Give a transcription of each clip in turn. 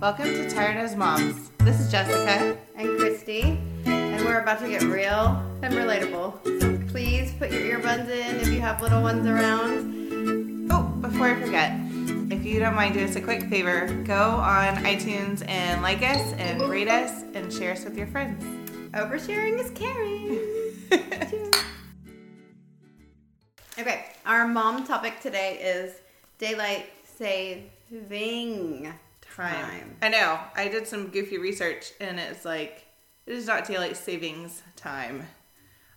Welcome to Tired as Moms. This is Jessica. and Christy, and we're about to get real and relatable. So please put your earbuds in if you have little ones around. Oh, before I forget, if you don't mind, do us a quick favor. Go on iTunes and like us and rate us and share us with your friends. Oversharing is caring. Cheers. okay, our mom topic today is daylight saving time. I know. I did some goofy research and it's like, it is not daylight savings time.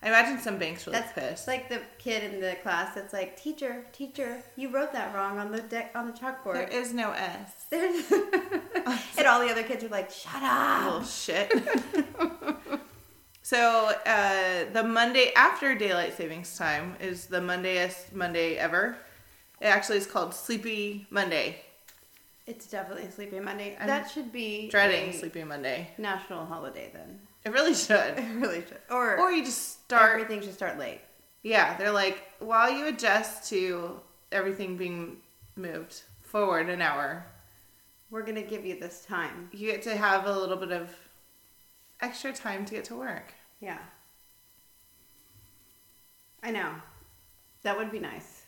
I imagine some banks were like That's pissed. it's like the kid in the class that's like, teacher, teacher, you wrote that wrong on the deck on the there chalkboard. is no S. and all the other kids are like, shut up. Little shit. so uh, the Monday after daylight savings time is the Mondayest Monday ever. It actually is called Sleepy Monday. It's definitely a Sleepy Monday. I'm that should be Dreading a Sleepy Monday. national holiday then. It really should. It really should. Or, Or you just start. everything should start late. Yeah, they're like while you adjust to everything being moved forward an hour, We're gonna give you this time. you get to have a little bit of extra time to get to work. Yeah. I know. That would be nice.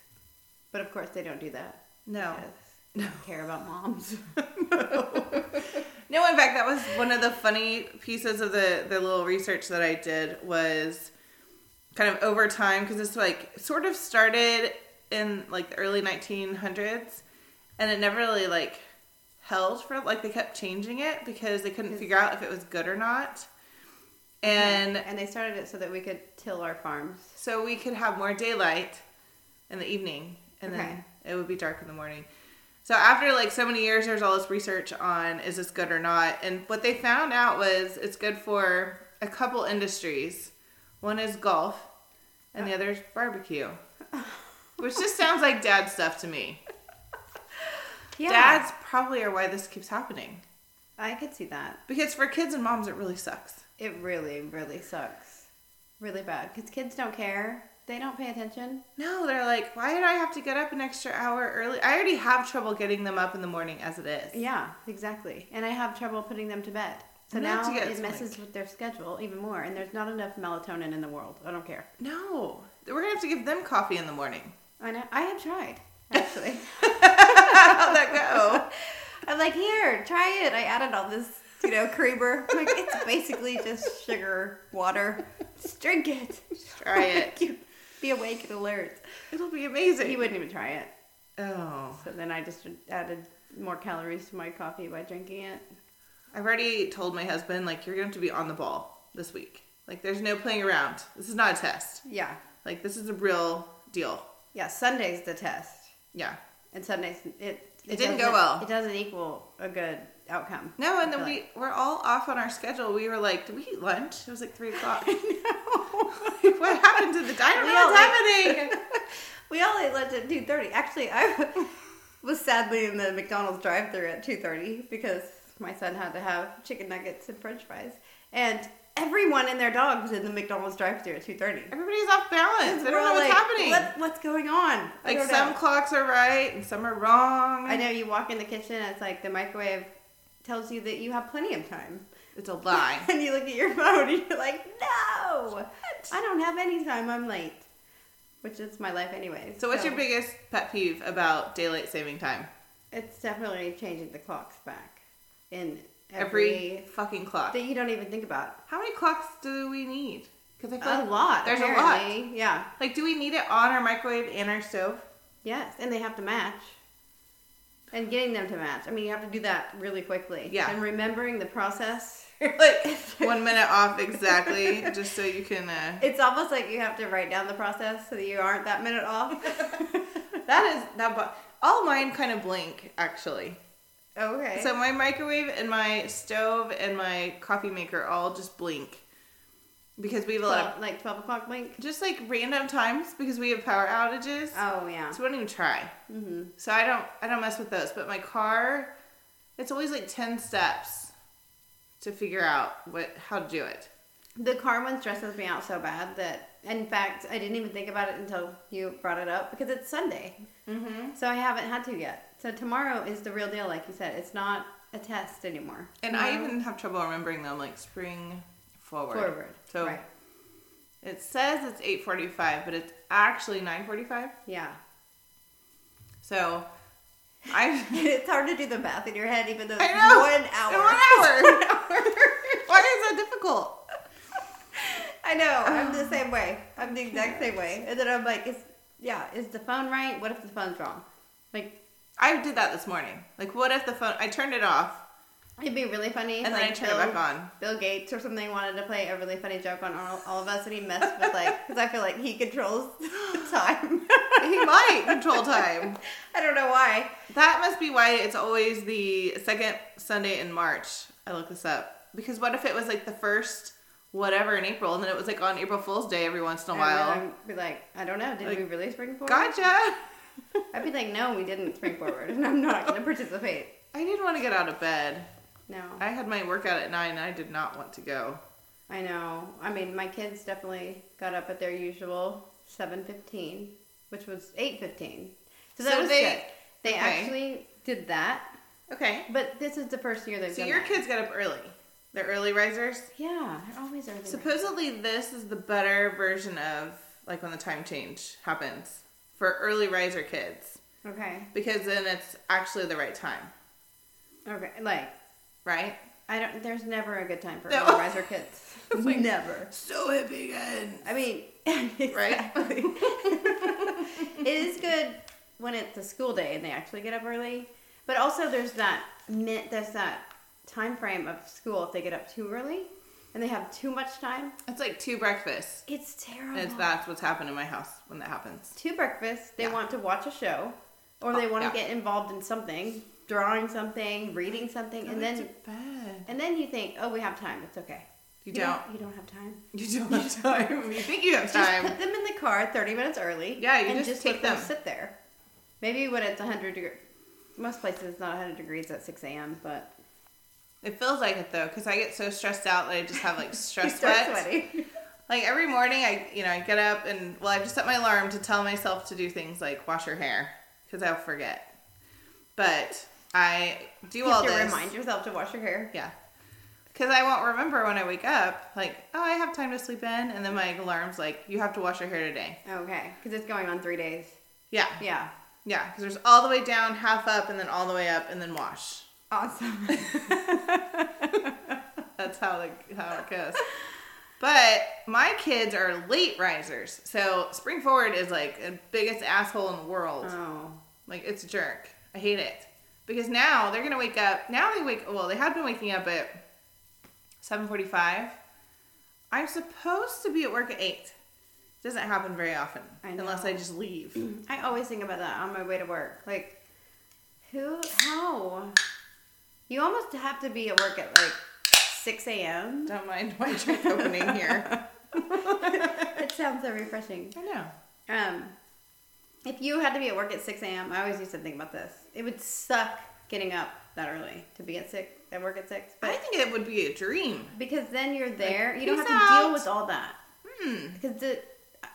But of course they don't do that. No. because they don't care about moms. No, in fact, that was one of the funny pieces of the the little research that I did was kind of over time because it's like sort of started in like the early 1900s, and it never really like held for like they kept changing it because they couldn't figure out if it was good or not, and and they started it so that we could till our farms. so we could have more daylight in the evening and then Okay. it would be dark in the morning so after like so many years there's all this research on is this good or not and what they found out was it's good for a couple industries one is golf and Oh. the other is barbecue which just sounds like dad stuff to me Yeah. dads probably are why this keeps happening I could see that. because for kids and moms it really sucks It really, really sucks. Really bad. Because kids don't care. They don't pay attention. no they're like why did i have to get up an extra hour early i already have trouble getting them up in the morning as it is Yeah, exactly. And I have trouble putting them to bed. So And that's now against, it messes like- with their schedule even more. And there's not enough melatonin in the world. I don't care. No, we're gonna have to give them coffee in the morning. I know. I have tried actually. How'd that Oh. go? I'm like, here, try it. I added all this, you know, creamer. I'm like, it's basically just sugar, water. Just drink it. Try it. You be awake and alert. It'll be amazing. He wouldn't even try it. Oh, So then I just added more calories to my coffee by drinking it. I've already told my husband like you're going to be on the ball this week. Like there's no playing around. This is not a test. Yeah. Like this is a real deal. Yeah, Sunday's the test. Yeah. And Sundays, it it, didn't go doesn't- well. It doesn't equal a good outcome. No, and then I feel we we're all off on our schedule. We were like, did we eat lunch? It was like three o'clock. like. what happened to the diner? We all What's ate- happening? we all ate lunch at two thirty. Actually, I was sadly in the McDonald's drive-thru at two thirty because my son had to have chicken nuggets and French fries, and everyone and their dog was in the McDonald's drive-thru at two thirty. Everybody's off balance. They don't know what's happening. What, what's going on? I like don't some know. clocks are right and some are wrong. I know you walk in the kitchen, and it's like the microwave tells you that you have plenty of time. It's a lie. and you look at your phone and you're like, no, I don't have any time. I'm late, which is my life anyway. So, what's your biggest pet peeve about daylight saving time? It's definitely changing the clocks back in Every, every, fucking clock. that you don't even think about. How many clocks do we need? Because I feel A like lot. There's a lot. apparently. Yeah. Like, do we need it on our microwave and our stove? Yes, and they have to match. And getting them to match. I mean, you have to do that really quickly. Yeah. And remembering the process. like one minute off exactly, just so you can. Uh... It's almost like you have to write down the process so that you aren't that minute off. That is that. Bo- All mine kind of blink actually. okay. So my microwave and my stove and my coffee maker all just blink because we have a lot of Twelve- like 12 o'clock blink. just like random times because we have power outages. Oh, yeah. So I don't even try. Mm-hmm. So I don't I don't mess with those. But my car, it's always like ten steps to figure out what how to do it. The car one stresses me out so bad that, in fact, I didn't even think about it until you brought it up because it's Sunday. Mm-hmm. So I haven't had to yet. So tomorrow is the real deal, like you said. It's not a test anymore. And I Mm-hmm. even have trouble remembering them, like spring forward. Forward, So right. it says it's eight forty-five, but it's actually nine forty-five. Yeah. So I It's hard to do the math in your head, even though it's I know one hour. One hour. Why is that difficult? I know. I'm the same way. I'm the exact same way. And then I'm like, is yeah, is the phone right? What if the phone's wrong? Like, I did that this morning. Like, what if the phone? I turned it off it'd be really funny. if, and then I like, turned it Bill- back on. Bill Gates or something wanted to play a really funny joke on all, all of us, and he messed with like, because I feel like he controls the time. He might control time. I don't know why. That must be why it's always the second Sunday in March. I looked this up because what if it was like the first whatever in April, and then it was like on April Fool's Day every once in a And while. then I'd be like, I don't know. Did Like, we really spring forward? Gotcha. I'd be like, no, we didn't spring forward, and I'm not going to participate. I didn't want to get out of bed. No, I had my workout at nine. And I did not want to go. I know. I mean, my kids definitely got up at their usual seven fifteen, which was eight fifteen. So that So was they- good. They okay. actually did that, Okay. but this is the first year they've So done your that. kids got up early. They're early risers. Yeah, they're always early. Supposedly, this is the better version of like when the time change happens for early riser kids Okay. because then it's actually the right time, Okay. Like right? I don't. There's never a good time for No. early riser kids. never. So it begins. I mean, exactly. it is good when it's a school day and they actually get up early, but also there's that min- there's that time frame of school if they get up too early and they have too much time. It's like two breakfasts. It's terrible. And it's, that's what's happened in my house when that happens. Two breakfasts. They Yeah. want to watch a show, or they Oh, want to yeah. get involved in something, drawing something, reading something, and then bed. and then you think, oh, we have time. It's okay. You You don't have time. You don't have time. You think you have Just time. put them in the car 30 minutes early. Yeah, you and just take let them. sit there. Maybe when it's 100 degrees. Most places it's not 100 degrees at 6 a.m., but It feels like it though, because I get so stressed out that I just have like you stress start sweats. sweating. Like every morning, I you know I get up and well, I've just set my alarm to tell myself to do things like wash your hair because I'll forget. But I do You all have to this. remind yourself to wash your hair. Yeah, because I won't remember when I wake up. Like oh, I have time to sleep in, and then my alarm's like you have to wash your hair today. Okay, because it's going on three days. Yeah, Yeah. yeah, because there's all the way down, half up, and then all the way up, and then wash. Awesome. That's how the, how it goes. But my kids are late risers, so spring forward is like the biggest asshole in the world. oh. Like it's a jerk. I hate it because now they're gonna wake up. Now they wake. Well, they have been waking up at seven forty-five. I'm supposed to be at work at eight. Doesn't happen very often I know. unless I just leave. I always think about that on my way to work. Like, who, how? You almost have to be at work at like 6 a.m. Don't mind my drink opening here. It sounds so refreshing. I know. Um, if you had to be at work at 6 a.m., I always used to think about this. It would suck getting up that early to be at six at work at six, I but think it would be a dream. because then you're there, you don't peace have to out. Hmm. deal with all that. Because the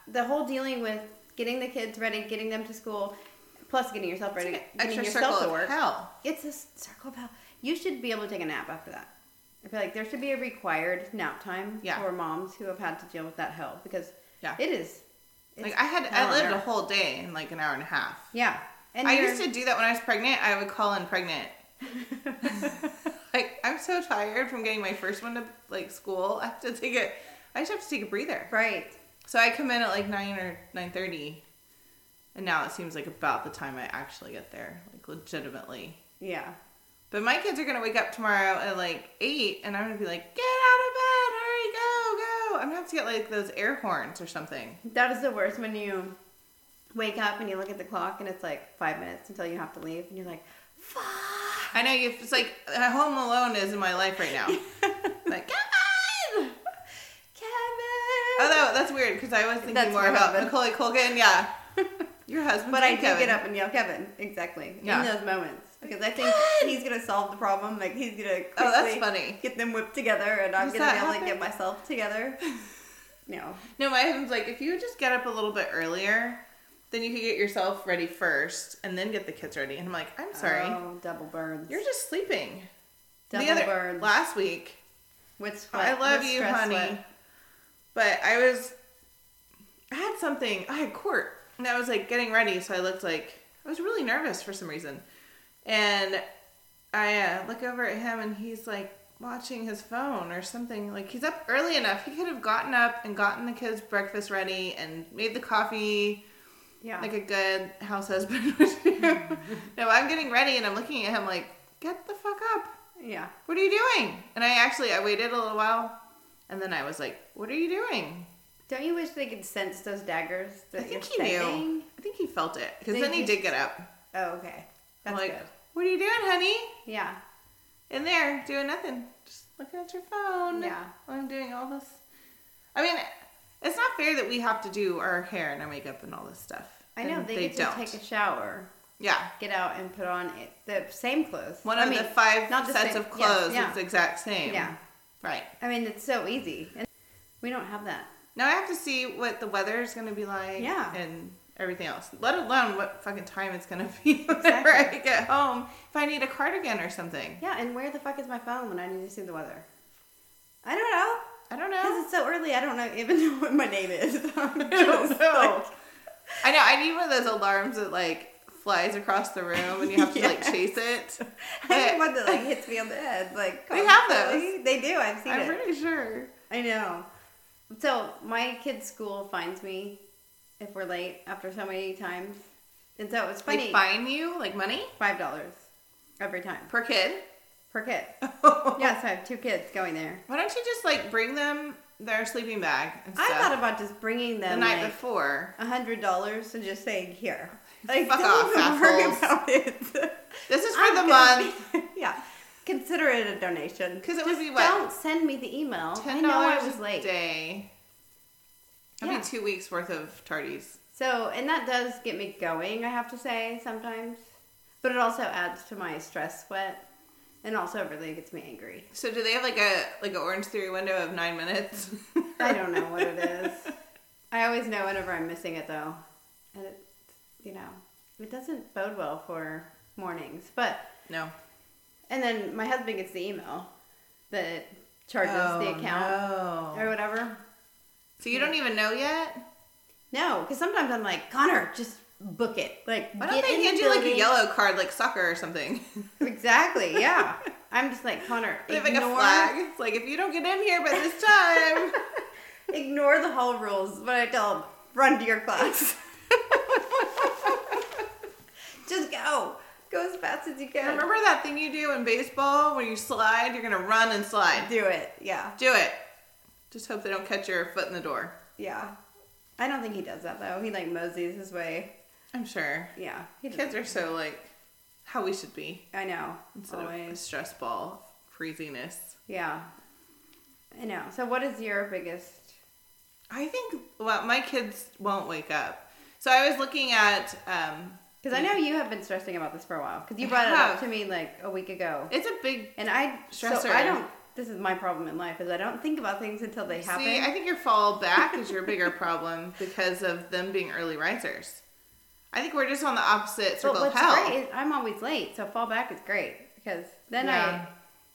the whole dealing with getting the kids ready, getting them to school, plus getting yourself ready, getting Extra yourself circle to of work. hell. It's a s- circle of hell. You should be able to take a nap after that. I feel like there should be a required nap time Yeah. for moms who have had to deal with that hell because Yeah. it is. it's Like I had, I hell on lived a earth. whole day in like an hour and a half. Yeah. And I you're- used to do that when I was pregnant. I would call in pregnant. like I'm so tired from getting my first one to like school. I have to take a, I just have to take a breather. Right. So I come in at like nine or nine thirty, and now it seems like about the time I actually get there, like legitimately. Yeah. But my kids are gonna wake up tomorrow at like eight, and I'm gonna be like, get out of bed, hurry, go, go. I'm gonna have to get like those air horns or something. That is the worst when you wake up and you look at the clock and it's like five minutes until you have to leave and you're like, fuck. I know you. It's like uh, Home Alone is in my life right now. like Kevin. Kevin! Although that's weird because I was thinking That's more your about husband. Macaulay Culkin. Yeah, your husband. but I do Kevin. get up and yell Kevin. Exactly. Yeah. In those moments. Because I think he's going to solve the problem. Like, he's going to Oh, that's funny. get them whipped together and I'm Does going that to be able to happen? get myself together. no. No, my husband's like, if you would just get up a little bit earlier, then you could get yourself ready first, and then get the kids ready. And I'm like, I'm sorry, Oh, double burns. you're just sleeping. Double the other birds. last week. with sweat. I love with you, stress honey. sweat. But I was, I had something. I had court, and I was like getting ready, so I looked like I was really nervous for some reason. And I uh, look over at him, and he's like watching his phone or something. Like he's up early enough. He could have gotten up and gotten the kids breakfast ready and made the coffee Yeah. like a good house husband would do. no, I'm getting ready, and I'm looking at him like, get the fuck up yeah. what are you doing? And I actually I waited a little while, and then I was like, what are you doing? Don't you wish they could sense those daggers? That I think he you're knew. sending? I think he felt it because They then he just- did get up. Oh, okay. I'm That's like, good. what are you doing, honey? Yeah. In there doing nothing, just looking at your phone. Yeah. while I'm doing all this. I mean, it's not fair that we have to do our hair and our makeup and all this stuff. I know And they, get to take a shower, yeah. get out, and put on it, the same clothes. One I of mean, the five not the sets same- of yes, clothes yeah. is the exact same. Yeah. Right. I mean, it's so easy, and we don't have that. Now I have to see what the weather is going to be like. Yeah. And everything else, let alone what fucking time it's going to be whenever Exactly. I get home. If I need a cardigan or something, Yeah, and where the fuck is my phone when I need to see the weather? I don't know. I don't Because know. it's so early, I don't know even know what my name is. I'm don't just know. like- I know I need one of those alarms that like flies across the room and you have to like Yes. chase it. I But need one that like hits me on the head. Like They have those. constantly. They do. I've seen I'm it. pretty sure. I know. So my kid's school finds me if we're late after so many times, and so it's They funny. fine you like money Five dollars every time per kid. per kid. Why Yes, I have two kids going there. don't you just like bring them their sleeping bag and stuff I thought about just bringing the them night like before? a hundred dollars and just saying here. Like Fuck don't off, even worry assholes. about it. This is for I'm the gonna month. be- yeah. Consider it a donation. 'Cause it Just would be what? Don't send me the email. I Ten know I dollars was a late. day. That'd Yeah. be two weeks worth of tardies. So, and that does get me going, I have to say, sometimes. But it also adds to my stress sweat and also really gets me angry. So do they have like a like an orange theory window of nine minutes? I don't know what it is. I always know whenever I'm missing it though. And it, you know, it doesn't bode well for mornings. But, No. and then my husband gets the email that it charges the account or No. whatever. So you don't even know yet? No, because sometimes I'm like, Connor, just book it. Like, Why don't get in they the hand you like a building." yellow card like soccer or something? Exactly. Yeah. I'm just like Connor. they have like a ignore- flag. It's like if you don't get in here by this time Ignore the hall rules, but I tell them run to your class. just go. Go as fast as you can. Remember that thing you do in baseball when you slide, you're gonna run and slide. Do it. Yeah. Do it. Just hope they don't catch your foot in the door. Yeah. I don't think he does that though. He like moseys his way. I'm sure. Yeah. He does. Kids are so like how we should be. I know. instead of Always. stress ball craziness. Yeah. I know. So what is your biggest I think well, my kids won't wake up. So I was looking at um, because I know you have been stressing about this for a while because you brought it have. up to me like a week ago. it's a big. And I so Stressor. I don't. This is my problem in life is I don't think about things until they happen. See, I think your fall back is your bigger problem because of them being early risers. I think we're just on the opposite but circle of what's hell. great is I'm always late, so fall back is great because then Yeah.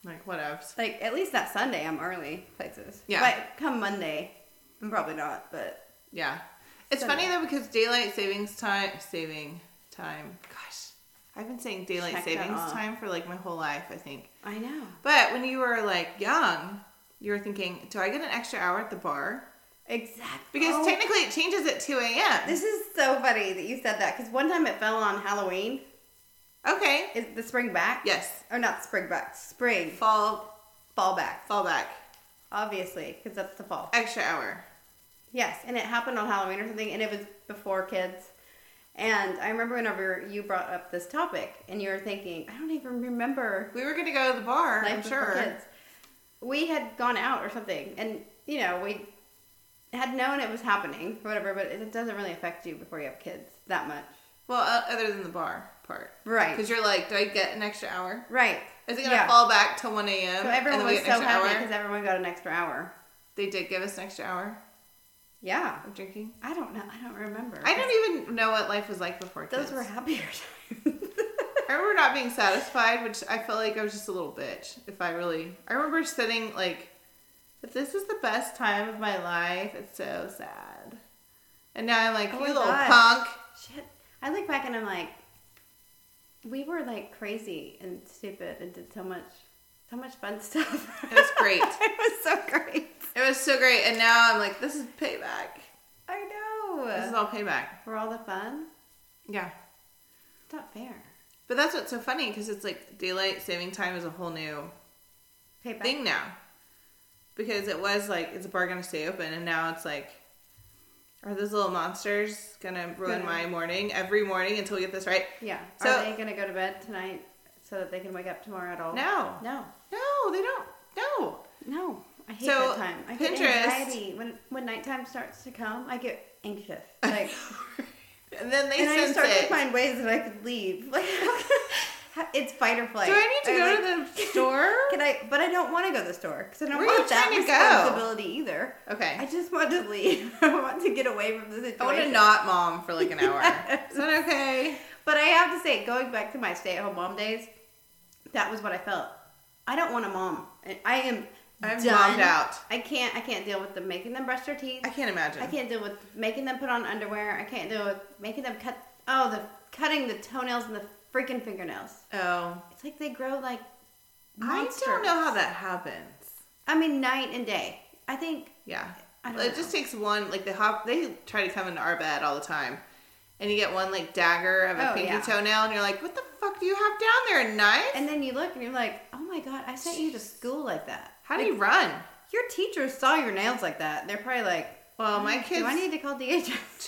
Like whatevs. I like at least that Sunday I'm early places. Yeah. But come Monday, I'm probably not. But Yeah, it's So- funny though because daylight savings time saving time. Gosh, I've been saying daylight Check that savings off. time for like my whole life. I think. I know But when you were like young, you were thinking, do I get an extra hour at the bar? exactly Oh, Because technically it changes at 2 a.m. This is so funny that you said that because one time it fell on Halloween. Okay. Is the spring back? Yes. Or not spring back, spring Fall, fall back, fall back. obviously, because that's the fall. Extra hour. Yes, and it happened on Halloween or something, and it was before kids. And I remember whenever you brought up this topic, and you were thinking, I don't even remember We were going to go to the bar, life I'm before sure. kids. We had gone out or something, and you know we had known it was happening or whatever, but it doesn't really affect you before you have kids that much, Well, uh, other than the bar part. right? Because you're like, do I get an extra hour? Right. Is it going to Yeah. fall back till 1 a.m.? So everyone and then we was get an so extra happy hour? because everyone got an extra hour. They did give us an extra hour Yeah, of drinking. I don't know. I don't remember. I don't even know what life was like before Those kids. were happier times. I remember not being satisfied, which I felt like I was just a little bitch. If I really, I remember sitting like, if this is the best time of my life, it's so sad. And now I'm like, Oh you my little gosh. punk. Shit. I look back and I'm like, we were like crazy and stupid and did so much, so much fun stuff. It was great. it was so great. It was so great, and now I'm like, this is payback. I This is know. all payback. For all the fun. Yeah. It's not fair. But that's what's so funny because it's like daylight saving time is a whole new Payback. thing now. Because it was like, is the bar going to stay open? And now it's like, are those little monsters going to ruin Gonna- my morning every morning until we get this right? Yeah. So- Are they gonna go to bed tonight so that they can wake up tomorrow at all? No. No. No, they don't. No. No. I hate So, that time. I get Pinterest- anxiety when when nighttime starts to come. I get anxious. Like, And then they and I sense start to it. find ways that I could leave. Like, it's fight or flight. Do I need to I'm go like, to the store? Can I? But I don't want to go to the store because I don't Where want you that trying to go? responsibility either. Okay. I just want to leave. I want to get away from the situation. I want to not mom for like an hour. Is that okay? But I have to say, going back to my stay-at-home mom days, that was what I felt. I don't want a mom. I- I am. I'm done. mommed out. I can't. I can't deal with them making them brush their teeth. I can't imagine. I can't deal with making them put on underwear. I can't deal with making them cut. Oh, the cutting the toenails and the freaking fingernails. Oh. It's like they grow like. I don't monsters. know how that happens. I mean, night and day. I think Yeah. I don't it know. just takes one like they hop they try to come into our bed all the time. And you get one like dagger of a Oh, pinky yeah. toenail and you're like, What the fuck do you have down there? A knife? And then you look and you're like, oh my god, I sent you to school like that. how do you run? Your teachers saw your nails like that. They're probably like, Well, my "Mm, kids Do I need to call DHS?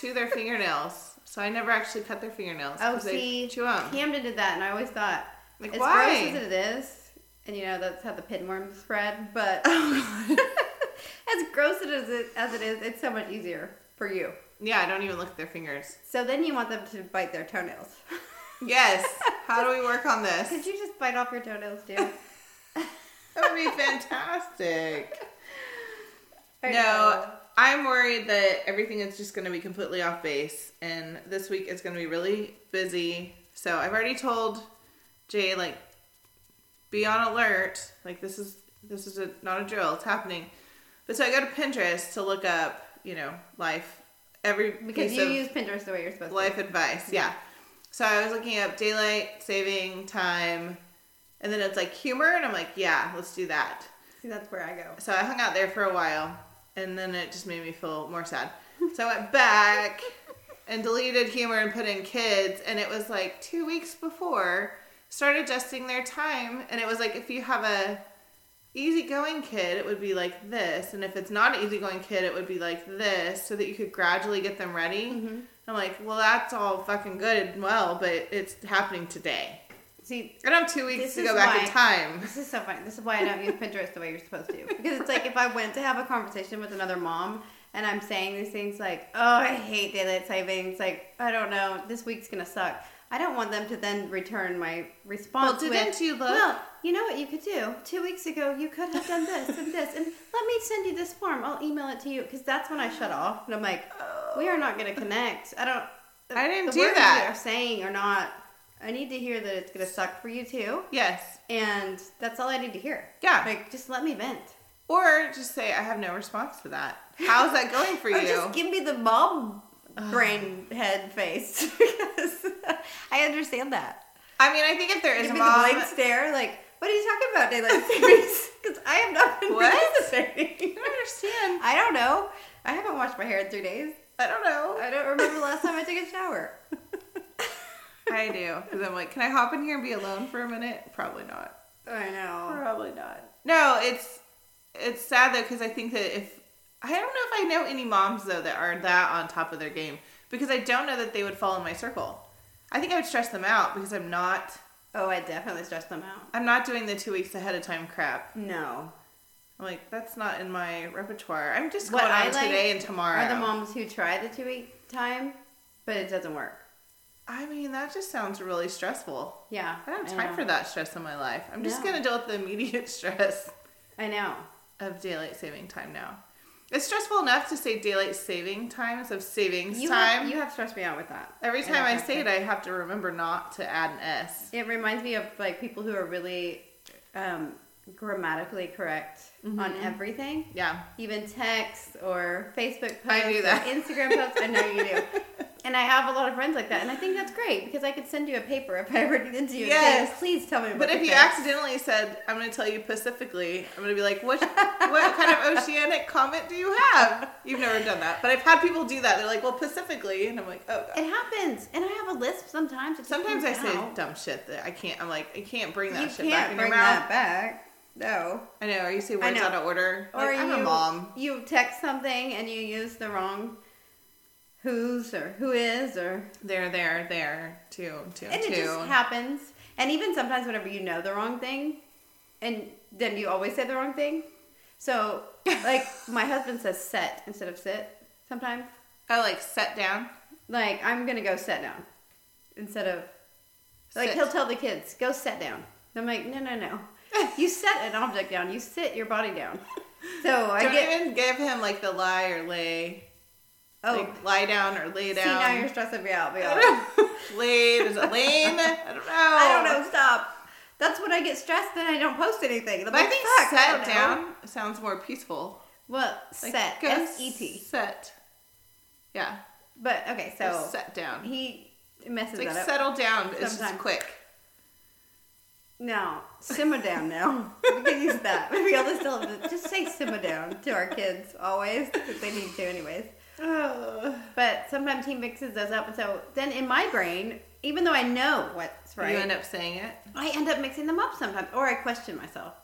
chew their fingernails. So I never actually cut their fingernails. Oh, 'cause they see, chew 'em. Camden did that, and I always thought, Like, as why? gross as it is, and you know that's how the pinworm spread. But Oh, as gross as it as it is, it's so much easier for you. Yeah, I don't even look at their fingers. So then you want them to bite their toenails. Yes. How do we work on this? Could you just bite off your toenails, dude? That would be fantastic. I No, know. I'm worried that everything is just going to be completely off base, and this week is going to be really busy. So I've already told Jay like, be on alert. Like this is this is a, not a drill. It's happening. But so I go to Pinterest to look up, you know, life every because piece you of use Pinterest the way you're supposed life advice. Yeah. So I was looking up daylight saving time, and then it's like humor, and I'm like, yeah, let's do that. to. See, that's where I go. So I hung out there for a while, and then it just made me feel more sad. So I went back and deleted humor and put in kids, and it was like two weeks before. Start adjusting their time, and it was like if you have a easygoing kid, it would be like this, and if it's not an easygoing kid, it would be like this, so that you could gradually get them ready. Mm-hmm. I'm like, well, that's all fucking good and well, but it's happening today. See, I don't have two weeks This to is go back in why- time. This is so funny. This is why I don't use Pinterest the way you're supposed to. Because it's like if I went to have a conversation with another mom and I'm saying these things like, oh, I hate daylight savings. Like, I don't know. This week's going to suck. I don't want them to then return my response. Well, with, didn't you look? Well, you know what you could do? Two weeks ago, you could have done this and this. And let me send you this form. I'll email it to you. Because that's when I shut off. And I'm like, we are not going to connect. I don't. I didn't the do words that. are saying or not. I need to hear that it's going to suck for you too. Yes. And that's all I need to hear. Yeah. Like, just let me vent. Or just say, I have no response to that. How's that going for Or you? just give me the mom brain head face. because I understand that. I mean, I think if there is Give a me mom, the blank stare, like, what are you talking about, daylight savings? Because I have not been What? participating. I don't understand. I don't know. I haven't washed my hair in three days. I don't know. I don't remember the last time I took a shower. I do. Because I'm like, can I hop in here and be alone for a minute? Probably not. I know. Probably not. No, it's it's sad though because I think that if I don't know if I know any moms though that are that on top of their game because I don't know that they would fall in my circle. I think I would stress them out because I'm not Oh, I definitely stressed them out. I'm not doing the two weeks ahead of time crap. No. I'm like that's not in my repertoire. I'm just What going I on like today and tomorrow. Are the moms who try the two week time, but it doesn't work. I mean, that just sounds really stressful. Yeah. I don't have I time know. for that stress in my life. I'm just No. going to deal with the immediate stress I know. of daylight saving time now. It's stressful enough to say daylight saving times of savings You time. have, you have stressed me out with that. Every And time I that's say it, okay. I have to remember not to add an S. it reminds me of like people who are really um, grammatically correct on Mm-hmm. everything. Yeah. even texts or Facebook posts, I do or that. Instagram posts. I know you do. And I have a lot of friends like that, and I think that's great because I could send you a paper if I ever needed to. Yes. Yes. please tell me. About But if the you fish." accidentally said, I'm going to tell you Pacifically, I'm going to be like, what, what kind of oceanic comment do you have? You've never done that. But I've had people do that. They're like, well, Pacifically. And I'm like, oh, God. it happens, and I have a lisp sometimes. It just Sometimes I comes say out. dumb shit that I can't, I'm like, I can't bring that you shit can't back in bring your mouth. that back. No, I know. Or you say words know. out of order. Like, or I'm you, a mom. You text something and you use the wrong who's or who is or There, there, there. Two, two, and two. it just happens. And even sometimes, whenever you know the wrong thing, and then you always say the wrong thing. So, like, my husband says set instead of sit sometimes. I like set down. Like, I'm gonna go set down instead of, like, Sit. he'll tell the kids, go set down. And I'm like, no, no, no. You set an object down, you sit your body down. So, I Don't get, even give him like the lie or lay. oh, Like, lie down or lay down. see, now you're stressing me out. I Bianca. don't know. Lane? Is it Lane? I don't know. I don't know, stop. That's when I get stressed, then I don't post anything. But I think set down sounds more peaceful. Well, Like, set. go S E T. Set. Yeah. But okay, so So set down. he messes It's like that up. settle down. It's just Sometimes. quick. No, simmer down now. we can use that. We always tell them to just say simmer down to our kids always if they need to, anyways. Oh. But sometimes he mixes those up, and so then in my brain, even though I know what's right, You end up saying it. I end up mixing them up sometimes, or I question myself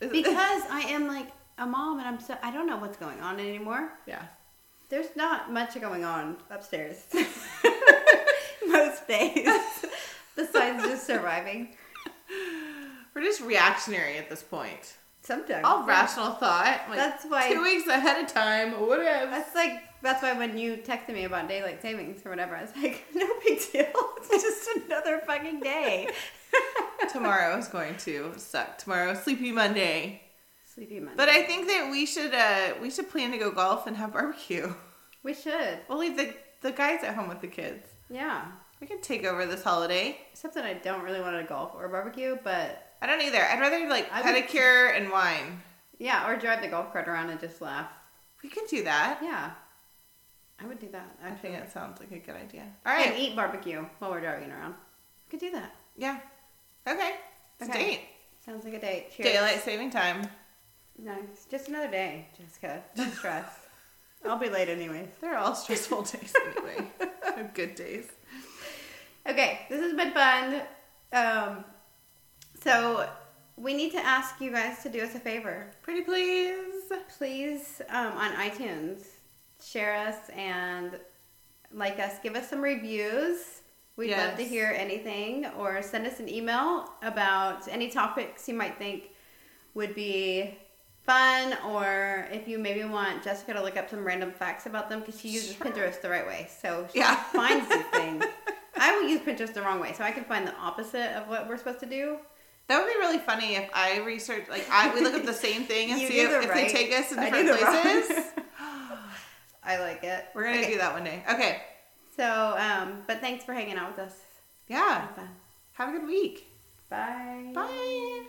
Is it- because I am like a mom, and I'm so I don't know what's going on anymore. yeah. There's not much going on upstairs most days besides just surviving. We're just reactionary at this point. Sometimes All rational thought. Like, That's why- Two weeks ahead of time. What if? That's like that's why when you texted me about daylight savings or whatever, I was like, no big deal. It's just another fucking day. Tomorrow is going to suck. Tomorrow, Sleepy Monday. Sleepy Monday. But I think that we should uh, we should plan to go golf and have barbecue. we should. We'll leave the, the guys at home with the kids. Yeah. We can take over this holiday. Except that I don't really want to golf or barbecue, but I don't either. I'd rather like I would- pedicure and wine. yeah, or drive the golf cart around and just laugh. We can do that. Yeah. I would do that I think actually. that sounds like a good idea. All And right. eat barbecue while we're driving around. We could do that. Yeah. Okay. It's a Okay. date. Sounds like a date. Cheers. Daylight saving time. Nice. Just another day, Jessica. Don't stress. I'll be late anyways. They're all stressful days anyway. They're good days. Okay, this has been fun. Um, so we need to ask you guys to do us a favor. Pretty please. Please, um, on iTunes, share us and like us. Give us some reviews. We'd love to Yes. hear anything, or send us an email about any topics you might think would be fun, or if you maybe want Jessica to look up some random facts about them because she uses Sure. Pinterest the right way, so she Yeah. finds these things. I will use Pinterest the wrong way, so I can find the opposite of what we're supposed to do. That would be really funny if I research like I we look up the same thing and You see do if, the if right. they take us in I different do the wrong. places. I like it. We're gonna do that one day. Okay. So, um, but thanks for hanging out with us. Yeah. Have fun. Have a good week. Bye. Bye.